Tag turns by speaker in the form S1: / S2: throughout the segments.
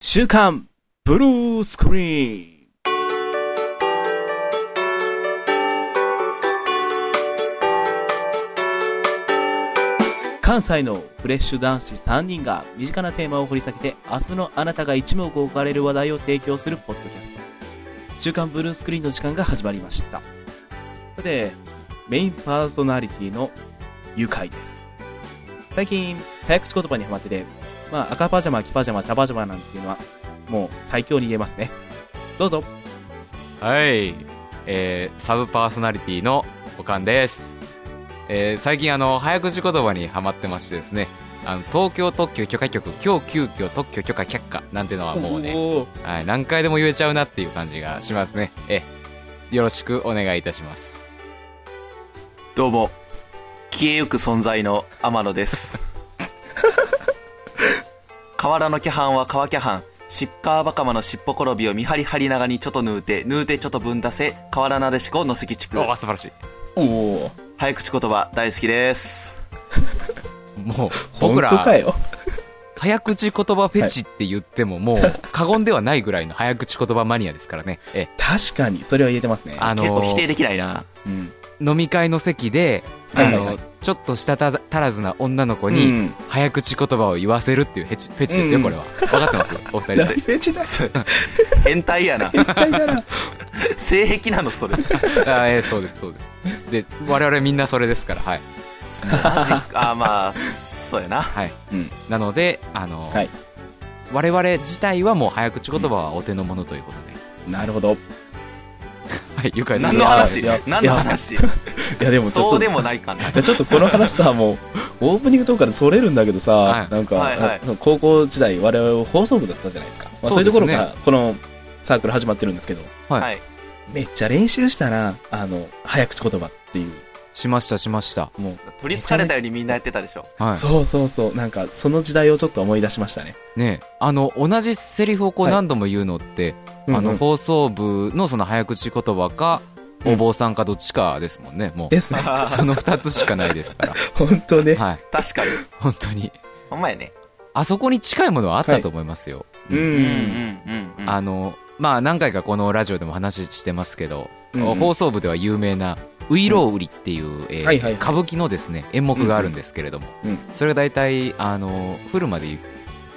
S1: 週刊ブルースクリーン。関西のフレッシュ男子3人が身近なテーマを掘り下げて明日のあなたが一目置かれる話題を提供するポッドキャスト週刊ブルースクリーンの時間が始まりましたさてメインパーソナリティのゆかいです最近早口言葉にハマっててまあ赤パジャマ黄パジャマ茶パジャマなんていうのはもう最強に言えますねどうぞ
S2: はい、えーサブパーソナリティのおかんです、えー最近あの早口言葉にハマってましてですねあの東京特許許可局今日急遽特許許可却下なんてのはもうね、
S1: おー
S2: はい、何回でも言えちゃうなっていう感じがしますねえよろしくお願いいたします
S3: どうも、消えゆく存在の天野です。 河原のキャハンは川キャハン。シッカーバカマのしっぽ転びを見張り張り長にちょっとぬうて、ぬうてちょっとぶんだせ、河原なでしこの関地区。
S2: お素晴らしい
S1: おー
S3: 早口言葉大好きです。
S2: もう僕ら
S1: 本当かよ
S2: 早口言葉フェチって言ってももう過言ではないぐらいの早口言葉マニアですからねえ
S1: 確かにそれは言えてますね
S2: あのー
S3: 結構否定できないな。
S1: うん
S2: 飲み会の席で、
S1: はいは
S2: あ
S1: い
S2: の、
S1: はい
S2: ちょっとしたた足らずな女の子
S1: う
S2: に、
S1: ん
S2: 早口言葉を言わせるっていうフェチフェチですよ、
S1: うん
S2: これは。分かってますお二
S1: ダ
S2: 人
S1: メ
S2: で。
S1: ージだ
S3: 変態やな。
S1: 絶対だ な
S3: 性癖なの、それ。マジ
S2: あーえーそうです、そうです。で、我々みんなそれですから、はい。
S3: あ、まあ、そうやな。
S2: はい。
S1: うん
S2: なので、あの、
S1: はい
S2: 我々自体はもう早口言葉はお手の物ということで。
S1: なるほど
S2: はい、ゆかいさん。
S3: 何の話
S1: いや
S3: 何の話
S1: いやでもちょっ
S3: そう
S1: と
S3: でもないかな。
S1: いやちょっとこの話さ、もう、オープニングトークからそれるんだけどさ、
S2: はい
S1: なんか、
S3: はいはい
S1: あ高校時代、我々放送部だったじゃないですか。まあ、そ
S2: そうう
S1: いう
S2: で
S1: と
S2: す
S1: こ
S2: ね
S1: ろから、このサークル始まってるんですけど、
S2: はい
S3: はい。
S1: めっちゃ練習したな、あの、早口言葉っていう。
S2: しました、しました。
S1: もう、
S3: 取り憑かれたようにみんなやってたでしょ。
S2: は
S1: そうそうそう、なんか、その時代をちょっと思い出しましたね。
S2: い。ねあの、同じセリフをこう
S1: はい
S2: 何度も言うのって、あ
S1: うんう
S2: の、
S1: ん
S2: 放送部のその早口言葉か、
S1: うん
S2: お坊さんかどっちかですもんね、もう。
S1: ですね。
S2: その二つしかないです から。
S1: 本当ね。
S2: はい。
S3: 確かに。
S2: 本当に。
S3: ほんまやね。
S2: あそこに近いものはあったと思いますよ。
S1: う。
S3: うんんうんうん。
S2: あの、まあ何回かこのラジオでも話してますけど、
S1: うん
S2: 放送部では有名な、ウイロウ売りっていう、えー
S1: はいはいはい
S2: 歌舞伎のですね、演目があるんですけれども、
S1: うんうん
S2: それが大体、あの、フルまで言っ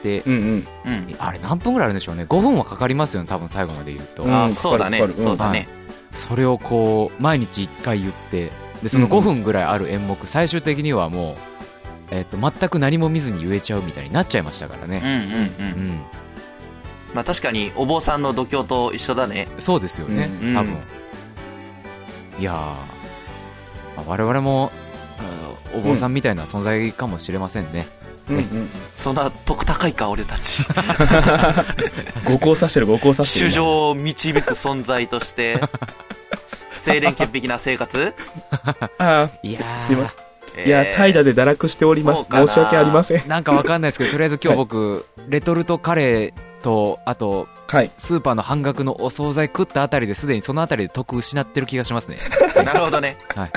S2: て、
S1: うんうん。
S3: うん。
S2: あれ何分ぐらいあるんでしょうね。5分はかかりますよね、多分最後まで言うと。
S1: うん
S3: あ、そうだね
S1: かかる。かかるうん
S3: そうだね。
S2: それをこう、毎日1回言って、で、その5分ぐらいある演目、最終的にはもう、えっ、と、全く何も見ずに言えちゃうみたいになっちゃいましたから
S3: う
S2: ね。
S3: んうんうん
S2: う。ん。
S3: まあ確かにお坊さんの度胸と一緒だね。
S2: そうですよね、
S1: うん
S2: 多
S3: う
S2: 分
S3: ん
S2: いやー、まあ我々も、うんお坊さんみたいな存在かもしれませんね、
S1: うんうん。
S3: そんな得高いか俺たち。
S1: 五光さしてる、五光さしてる。
S3: 衆生を導く存在として、 清廉潔癖な生活
S1: ああ、
S2: いやー
S1: すすいまいや、怠惰で堕落しておりま
S3: そ
S1: す
S3: う。か
S1: 申
S3: な
S1: し訳ありません。
S2: なんかわかんないですけどとりあえず今
S1: は
S2: 日僕、レトルトカレーとあと
S1: はい。
S2: スーパーの半額のお惣菜食ったあたりですでにそのあたりで得失ってる気がし ますね、
S3: えーなるほどね。
S2: はい、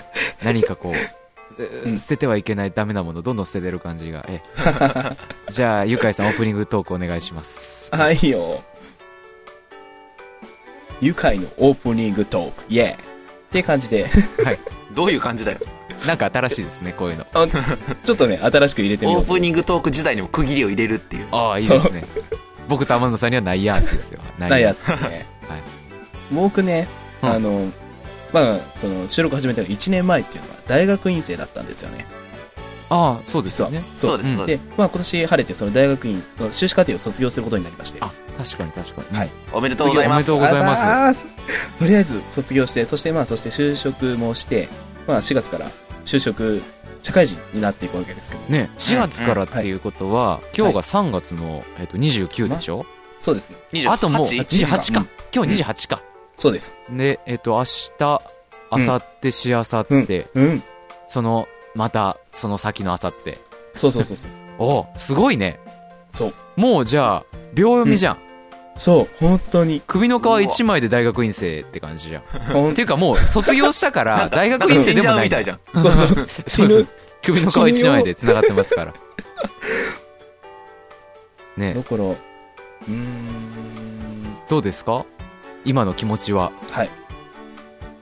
S2: 何かこう
S1: う
S2: うん捨ててはいけないダメなものどんどん捨ててる感じがえ えじゃあゆかいさんオープニングトークお願いします
S1: はいよ。愉快のオープニングトーク、イェーイって感じで、
S3: どういう感じだよ。
S2: なんか新しいですねこういうの
S1: ちょっとね、新しく入れてみよ
S3: オ
S1: う
S3: ー
S1: と。
S3: プニングトーク時代にも区切りを入れるっていう。
S2: ああいいですね僕と天野さんにはないやつですよ
S1: なやつですね。
S2: はい
S1: 僕ね、
S2: うん
S1: あの、まあ、その、収録始めたの1年前っていうのは、大学院生だったんですよね。
S2: ああそうです
S1: 実
S2: よ
S1: は
S2: ね。
S3: そう
S1: で
S3: です、そうです。
S1: まあ、今年晴れて、その大学院の修士課程を卒業することになりまして。
S2: あ確かに確かに、
S1: はい
S3: おめでとうございます
S2: 次お。めでとうございます
S1: あざーすとりあえず卒業して、そしてまあ、そして就職もして、まあ、4月から就職、社会人になっていくわけですけど、
S2: ね4月からっていうことは、今日が3月の、えっと29でしょ、
S1: そうですね。
S3: 28
S2: あともう
S1: 28
S2: 28か、
S1: うん
S2: 今日28か、
S1: そうです。
S2: でえっ、と明日明後日しあさって、
S1: うん。
S2: そのまたその先のあさって
S1: そうそう そうそう。
S2: おおすごいね
S1: そう
S2: もうじゃあ秒読みじゃん、
S1: そう、本当に。
S2: 首の皮1枚で大学院生って感じじゃんっ
S1: ほん
S2: ていうかもう卒業したか
S3: な
S2: ら
S3: んか
S2: 大
S3: なん
S2: 学
S3: か
S2: 院生
S3: 死ん
S2: で
S3: じ
S2: も
S3: ゃう
S2: ない
S3: みたいじゃん。
S1: そうそうそう。
S2: そう
S1: 死
S2: で
S1: ぬ
S2: す。首の皮 一枚で繋がってますから。ね
S1: だから、うーん
S2: どうですか今の気持ちは。
S1: はい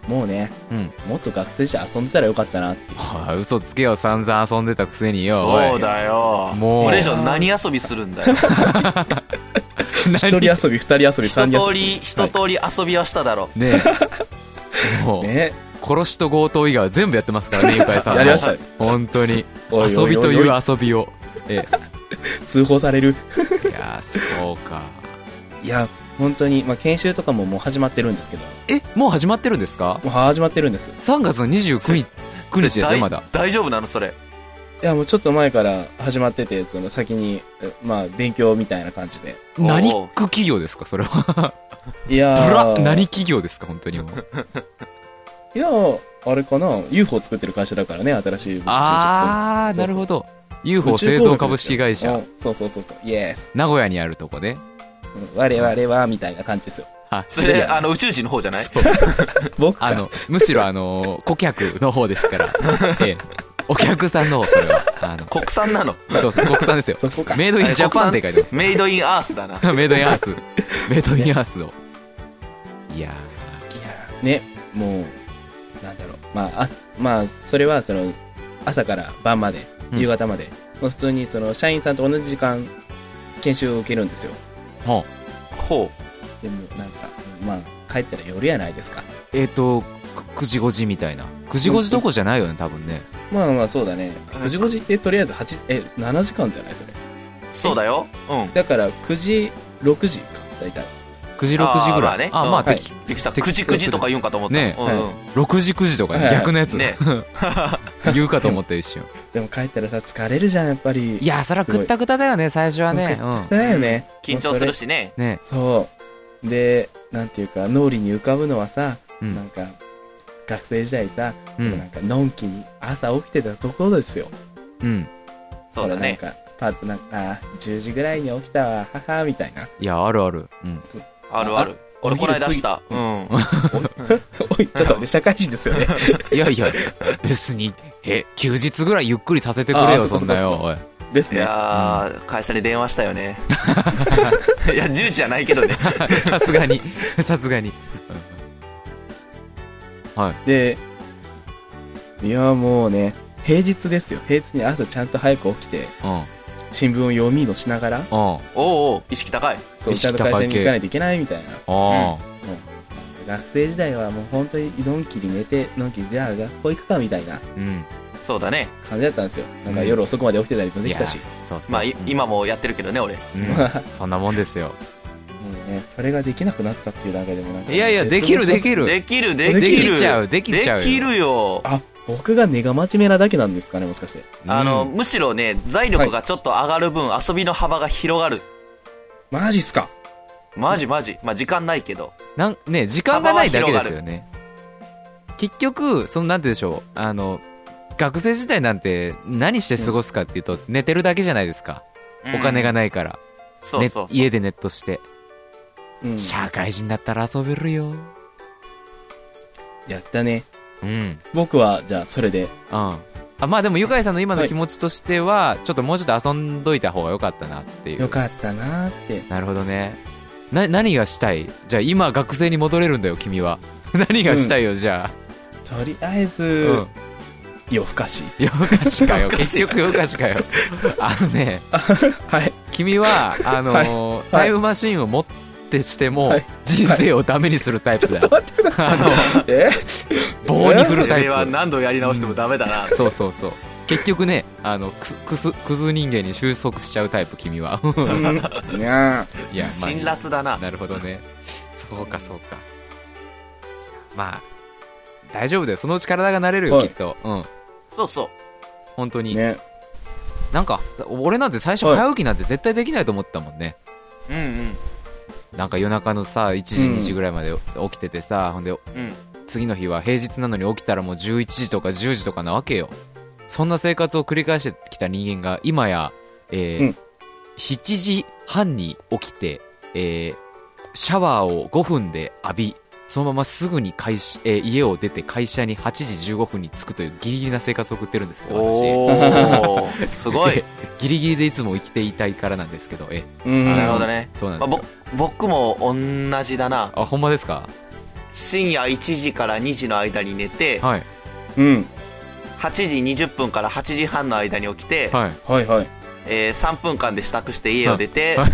S1: もうね
S2: うん。
S1: もっと学生時代遊んでたらよかったなっていう
S2: はあ嘘つけよ、散々遊んでたくせによ。
S3: そうだよ
S2: もう
S3: これ以上何遊びするんだ
S2: お
S3: よ
S2: い。
S1: 一人
S2: 何
S1: 遊び二人遊び
S3: 一
S1: 三人
S3: 通
S1: 遊び
S3: り一通り遊びはしただろ
S2: ねえ。も う、
S1: ね
S2: 殺しと強盗以外は全部やってますから ね、ゆかいさん。
S1: やりました
S2: 本当に。
S1: おい
S2: 遊
S1: おい
S2: び
S1: お
S2: と
S1: い
S2: い
S1: お
S2: う
S1: い
S2: 遊びを。え
S1: 通報される
S2: え、いやー、そうか。
S1: いや本当にまあ研修とかももう始まってるんですけども
S2: え、もう始まってるんですか
S1: う始まってるんです
S2: ?3 月の29日、9日ですよ、
S3: 大
S2: まだ。
S3: 大丈夫なのそれ
S1: いやもうちょっと前から始まっててその先にえまあ勉強みたいな感じで
S3: おう
S2: 何区企業ですか、それは。
S1: いや
S2: ブ
S1: ー
S2: ラ 何企業ですか、本当にも
S1: い
S2: う。
S1: やあれかな UFO 作ってる会社だからね新しい宇宙
S2: あー、
S1: そうそう
S2: なるほど。
S1: 宇
S2: UFO
S1: 宙
S2: 製
S1: 工
S2: 造
S1: 学
S2: 株
S1: ですよ
S2: 式会社、
S1: うんそうそうそうそうイエス
S2: 名古屋にあるとこね。
S1: うん我々はみたいな感じですよ
S2: あ、
S3: それあの宇宙人の方じゃない
S1: 僕
S2: あ
S1: か
S2: の、むしろあの、顧客の方ですから。ええお客さんの方、それは。あの、
S3: 国産なの
S2: そうそう、国産ですよ。
S1: そこか
S2: メイドインジャパンって書いてます。
S3: メイドインアース だな
S2: メイドインアース。メイドインアースを。
S1: い
S2: いや
S1: やーねもうなんだろうまああまあそれはその朝から晩まで
S2: うん
S1: 夕方まで、もう普通にその社員さんと同じ時間研修を受けるんですよ
S2: ー、も
S3: ほ
S1: でもなんかまあ帰ったら夜やないですか
S2: う、えっ、と、く9時5時みたいな。9時5時どころじゃないよね、多分ね。
S1: まあまあそうだね
S3: うん
S1: 9時5時ってとりあえず8え7時間じゃないそれ
S3: うそうだようん
S1: だから9時6時か大体
S2: 9時6時ぐらい。
S3: あーまあね
S2: あ、ま
S1: う
S2: あ、
S1: んはい
S2: 適
S3: ゆきさん
S2: 適
S3: くじくじとか言うんかと思った
S2: ねえ
S3: うんうん
S2: 6時9時とかね、
S1: はいはい
S2: 逆のやつ、
S3: ね
S2: 言うかと思った一瞬。
S1: でも帰ったらさ疲れるじゃんやっぱり
S2: いやー、それはくったくただよね、最初はね。う
S1: だよね
S3: 緊張する
S1: し
S3: しね
S2: ん。ね
S1: そうでなんていうか脳裏に浮かぶのはさ、
S2: う
S1: なん
S2: ん。
S1: か学生時代さ、
S2: う
S1: なん
S2: ん。
S1: かのんきに朝起きてたところですよ
S2: うん。
S3: そうだね
S1: ほらなんかパッとなんかあー10時ぐらいに起きたわははみた いな
S2: いや、あるある。うん。
S3: あるある俺こないだしたうん
S1: おいちょっと待って社会人です よね
S2: いやいや、別に、え、休日ぐらいゆっくりさせてくれ
S1: あーそっ
S2: よ、
S1: か
S2: そんなよ。おい
S1: です
S3: い
S1: ね
S3: やー、会社に電話したよねいや10時じゃないけどね
S2: さすがに、 さすがに。はい。
S1: でいやもうね平日ですよ平日に朝ちゃんと早く起きて
S2: うん。
S1: 新聞を読みのしながら
S2: うん。
S3: おうおう意識高い
S1: そう
S2: 意
S1: ちゃ
S2: 識
S1: んと
S2: 高い
S1: 会社に
S2: 系
S1: 行かないといけないみたいな
S2: あ
S1: 学生時代はもう本当にのんきに寝てのんきにじゃあ学校行くかみたいな
S2: あ、うん。
S3: そうだね
S1: 感じだったんですよなんか夜遅くまで起きてたりもできたし、
S2: いそうそう。
S3: まあい
S2: うん、
S3: 今もやってるけどね俺
S2: うんそんなもんです よ。
S1: もうねそれができなくなったっていう段階でもなんか
S2: いやいや、できる、できる。
S3: できる
S1: で
S3: で
S1: き
S3: き
S1: る
S3: る
S2: ちゃう、できちゃうよ。
S3: できるよ
S1: あ僕が根が真面目なだけなんですかねもしかして
S2: うん
S3: あの、、むしろね財力がちょっと上がる分、遊びの幅が広がる
S1: マジっすか
S3: マジマジまあ時間ないけど
S2: なん、ね、時間がないだけですよね。結局、その、なんて言うんでしょう、あの、学生時代なんて何して過ごすかっていうと、寝てるだけじゃないですか。お金が
S3: な
S2: な
S3: い
S2: いから。
S3: そうそう
S2: ね家でネットして。
S1: うん
S2: 社会人だったら遊べるよ。
S1: やったね
S2: うん。
S1: 僕はじゃあそれで
S2: うん。あまあでも、ゆかいさんの今
S1: は
S2: の
S1: い
S2: 気持ちとしては、ちょっともうちょっと遊んどいた方が良かったなっていう。
S1: よかったなーって
S2: なるほどね。な、何がしたいじゃあ今学生に戻れるんだよ、君は。 何がしたいよ、じゃ
S1: とりあえず、
S2: あ。うん。
S1: 夜更かし
S2: 夜更かしかよ。
S3: 夜更かし
S2: 結局夜更かしかよ。あのね、
S1: はい
S2: 君は、あのータイムマシンを持ってしても、
S1: はい
S2: 人生をダメにするタイプだよ。
S1: 待ってくだ さい
S2: あ
S1: え
S2: の、棒に振る
S3: そ
S2: タイ
S3: れは
S2: プ。
S3: 何度やり直してもダメだな、
S2: そうそうそう。結局ね、あの、くす、くす、くず人間に収束しちゃうタイプ、君は。
S1: うんいや
S2: いや、まあい
S3: 辛
S2: い、
S3: 辣だな
S2: なるほどね。そうか、そうか。まあ、大丈夫だよ。そのうち体が慣れるよ、
S1: はい
S2: きっと。うん。
S3: そうそ
S2: 本当
S1: ー
S2: に。
S1: ね
S2: なんか、俺なんて最初
S1: はい
S2: 早起きなんて絶対できないと思ったもんね。
S3: ううん
S2: なんか夜中のさ、1時、
S1: うん
S2: 2時ぐらいまで起きててさ、ほんで、
S3: うんうん
S2: 次の日は平日なのに起きたらもう11時とか10時とかなわけよ。そんな生活を繰り返してきた人間が、今や、え
S1: う
S2: ー
S1: ん
S2: 7時半に起きて、えーシャワーを5分で浴び、そのまますぐに会社、えー家を出て会社に8時15分に着くというギリギリな生活を送ってるんですけど、私。
S3: おー、すごい。
S2: ギリギリでいつも生きていたいからなんですけど、え、
S1: うん
S3: なるほどね。
S2: そうなん
S3: ま
S2: で
S3: あ、
S2: す
S3: ぼ
S2: よ。
S3: 僕も同じだな。
S2: あ、ほんまですか
S3: 深夜1時から2時の間に寝て、
S2: はい。
S1: うん。
S3: 8時20分から8時半の間に起きて、
S2: はい。
S1: はいはい。
S3: えー3分間で支度して家を出て、
S2: はい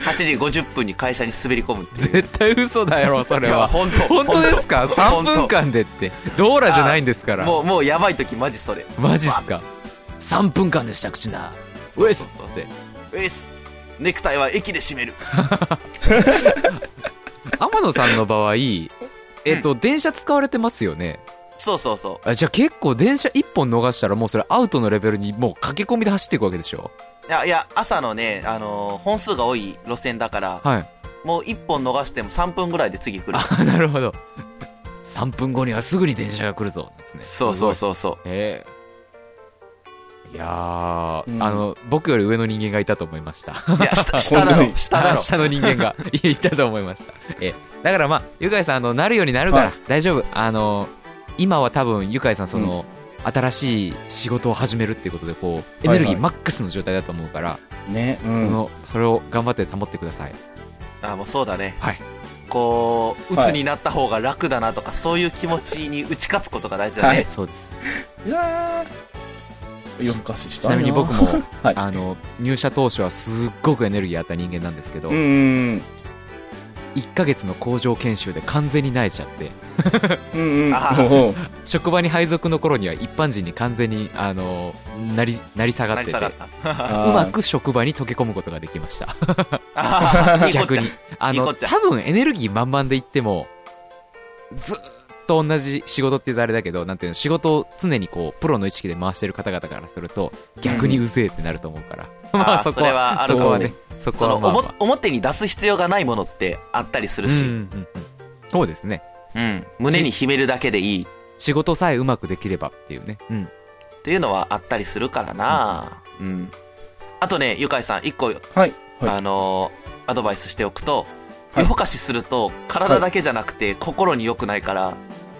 S3: 8時50分に会社に滑り込むっていう
S2: 絶対嘘だよ、 それ
S3: いや
S2: は。
S3: 本当
S2: 本当ですか ?3
S3: 本当
S2: 分間でって。ドーラじゃないんですから。
S3: もうもうやばい時マジそれ
S2: マジっすか ?3 分間で支度しな。ウエス
S3: そうそう
S2: って。
S3: そうウエスネクタイは駅で締める
S2: 天野さんの場合、えっと、電車使われてますよね。
S3: そうそうそ
S2: あじゃあ結構電車1本逃したらもうそれアウトのレベルにもう駆け込みで走っていくわけでしょ
S3: ういやいや朝のね、あのー本数が多い路線だから
S2: はい。
S3: もう1本逃しても3分ぐらいで次来る
S2: あ、なるほど。3分後にはすぐに電車が来るぞ。ですね。
S3: そうそうそうそう
S2: ええいやー、
S1: うん
S2: あの僕より上の人間がいたと思いました
S3: いや下下だ
S1: 本当
S3: ろ
S1: に
S3: 下だろ
S2: 下の人 間がいやいたと思いましたええだからまあゆかいさんあのなるようになるから、
S1: はい
S2: 大丈夫あの今は多分ゆかいさんその、新しい仕事を始めるっていうことでこうエネルギ
S1: はいは
S2: ー
S1: い
S2: マックスの状態だと思うから、
S1: ね。う
S2: こ
S1: ん。
S2: のそれを頑張って保ってください
S3: あもうそうだね
S2: はい
S3: こう
S1: はい
S3: 鬱になった方が楽だなとか、そういう気持ちに打ち勝つことが大事だね、
S1: はい
S2: そうです
S1: いやー夜更かしし
S2: ち
S1: た
S2: なみに僕も、
S1: はい
S2: あの入社当初はすっごくエネルギーあった人間なんですけど、
S1: うんうん
S2: 1ヶ月の工場研修で完全に慣れちゃって
S1: うんうんうん
S3: あ ー
S1: おう
S2: 職場に配属の頃には一般人に完全にあのなりなり下がっ
S3: 成
S2: てて
S3: り下がっ
S2: う
S3: た
S2: ま
S1: あ
S2: く職場に溶け込むことができました
S3: あーいいこっちゃ
S2: 逆にあ
S3: いいこ
S2: の
S3: っちゃ
S2: 多分エネルギー満々で言ってもずーっと同じ仕事って言うとあれだけどなんていうの仕事を常にこうプロの意識で回してる方々からすると逆にうぜえってなると思うから、まあ
S3: あー
S2: そこ
S3: それはあ
S2: そ
S3: るか
S2: こ
S3: も
S2: は
S3: ね
S2: ねそこ
S3: その
S2: はまあ、まあ
S3: おも表に出す必要がないものってあったりする
S2: うんう
S3: し、
S2: ん
S3: うん
S2: うんそうですね
S3: 胸に秘めるだけでいいっ
S2: 仕事さえうまくできればっていうね、うん、
S3: ていうのはあったりするからな、うんあとねゆかいさん一個、
S1: ーはいは
S3: あのーアドバイスしておくと、
S1: はい
S3: 夜更かしすると体だけじゃなくて心に良くないから、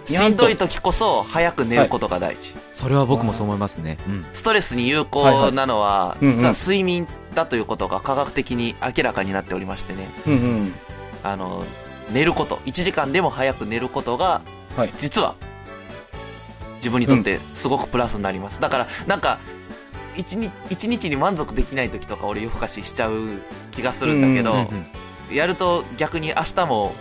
S1: い
S3: しんどい時こそ早く寝ることが大事、
S2: それは僕もそう思いますね、うん、
S3: ストレスに有効なのは、
S1: いはいうんうん
S3: 実は睡眠だということが科学的に明らかになっておりましてね、
S1: いうんうん
S3: あの寝ること1時間でも早く寝ることが、
S1: はい
S3: 実は自分にとってすごくプラスになります、だからなんか一日一日に満足できない時とか俺夜更かししちゃう気がするんだけ
S1: う
S3: ど、
S1: ん
S2: うんうん
S3: やると逆に明日も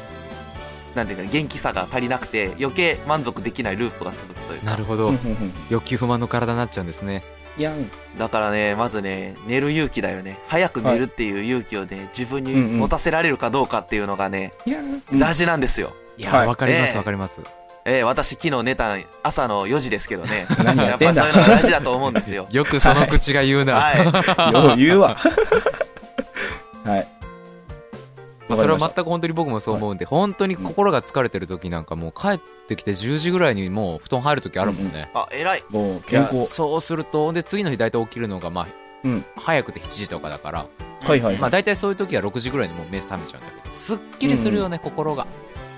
S3: なんていうか元気さが足りなくて余計満足できないループが続くという
S2: なる
S1: う
S2: ほ
S1: んう
S2: ど
S1: んうん
S2: 欲求不満の体になっちゃうんですね
S1: やん
S3: だからねまずね寝る勇気だよね早く寝るっていう勇気をね自分に持たせられるかどうかっていうのがね、
S1: やんうん
S3: 大事なんですよ
S2: いや
S1: は
S2: わ、
S1: い
S2: かりま
S3: え
S2: す
S3: え
S2: わかります、
S3: えー、私昨日寝たん朝の4時ですけどね
S1: 何や
S3: や
S1: っ
S3: ってぱ
S1: ん
S3: そ
S1: だ
S3: ういうのが大事だと思うんです よ
S2: よくその口が言うな、
S3: は
S1: よう言うわはい
S2: まあ、それは全く本当に僕もそう思うんで、本当に心が疲れてる時なんかもう帰ってきて10時ぐらいにもう布団入る時あるもんね、
S3: あ偉い
S1: もう健
S2: いや
S1: 康
S2: そうするとで次の日大体起きるのがまあ、
S1: うん
S2: 早くて7時とかだから、
S1: はいはい
S2: まあ、大体そういう時は6時ぐらいにもう目覚めちゃうんだけどすっきりするよね、心が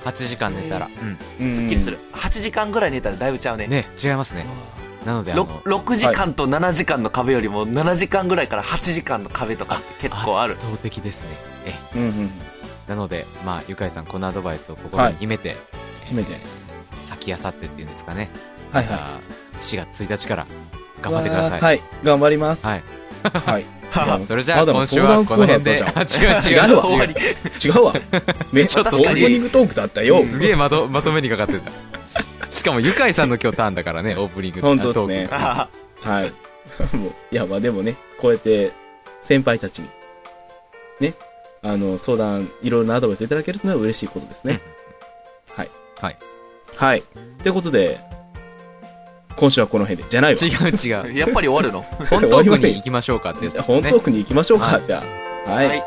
S2: 8時間寝たら、
S1: うん
S3: すっきりする8時間ぐらい寝たらだいぶちゃうね
S2: うんね違いますねなのであ
S3: ろ
S2: の
S3: く 6, 時間と7時間の壁よりも7時間ぐらいから8時間の壁とかって結構ある
S2: 圧倒的ですねええ
S1: うんうん
S2: なので、まあ、ゆかいさん、このアドバイスを心に秘めて、
S1: 秘めて
S2: 先あさってっていうんですかね、
S1: はい
S2: じ
S1: は
S2: ゃあ4月1日から
S1: い
S2: 頑張ってください。
S1: はい頑張り ます
S2: はい
S1: はい
S2: それじゃ
S1: ま
S2: あ、
S1: だ
S2: 今週はこの辺で、
S1: 相談コーナーだったじ
S2: 違
S1: 違
S2: う違う
S1: うわ
S3: 終わり
S1: 違 うわめっち
S3: ち
S1: ゃ
S3: ょ
S1: オ
S3: っ
S1: ー
S3: と
S1: プニングトークだったよ
S2: すげえまとまとめにかかってた。しかも、ゆかいさんの今日ターンだからね、オープニング
S1: 本当ですね
S2: あトーク
S1: はい もういやまあでもねこうやって先輩たちにねあの相談いろいろなアドバイスをいただけるというのは嬉しいことですねはい
S2: はい
S1: はいってことで今週はこの辺でじゃないわ
S2: 違う違う。
S3: やっぱり終わるの
S2: 本
S1: 終わ
S2: ト
S1: りま
S2: ー
S1: せん
S2: クに行きましょうかってやつ
S1: じゃ
S2: で
S1: あ
S2: すね
S1: 本トークに行きましょうか、
S2: はい
S1: じゃあはい、
S3: はい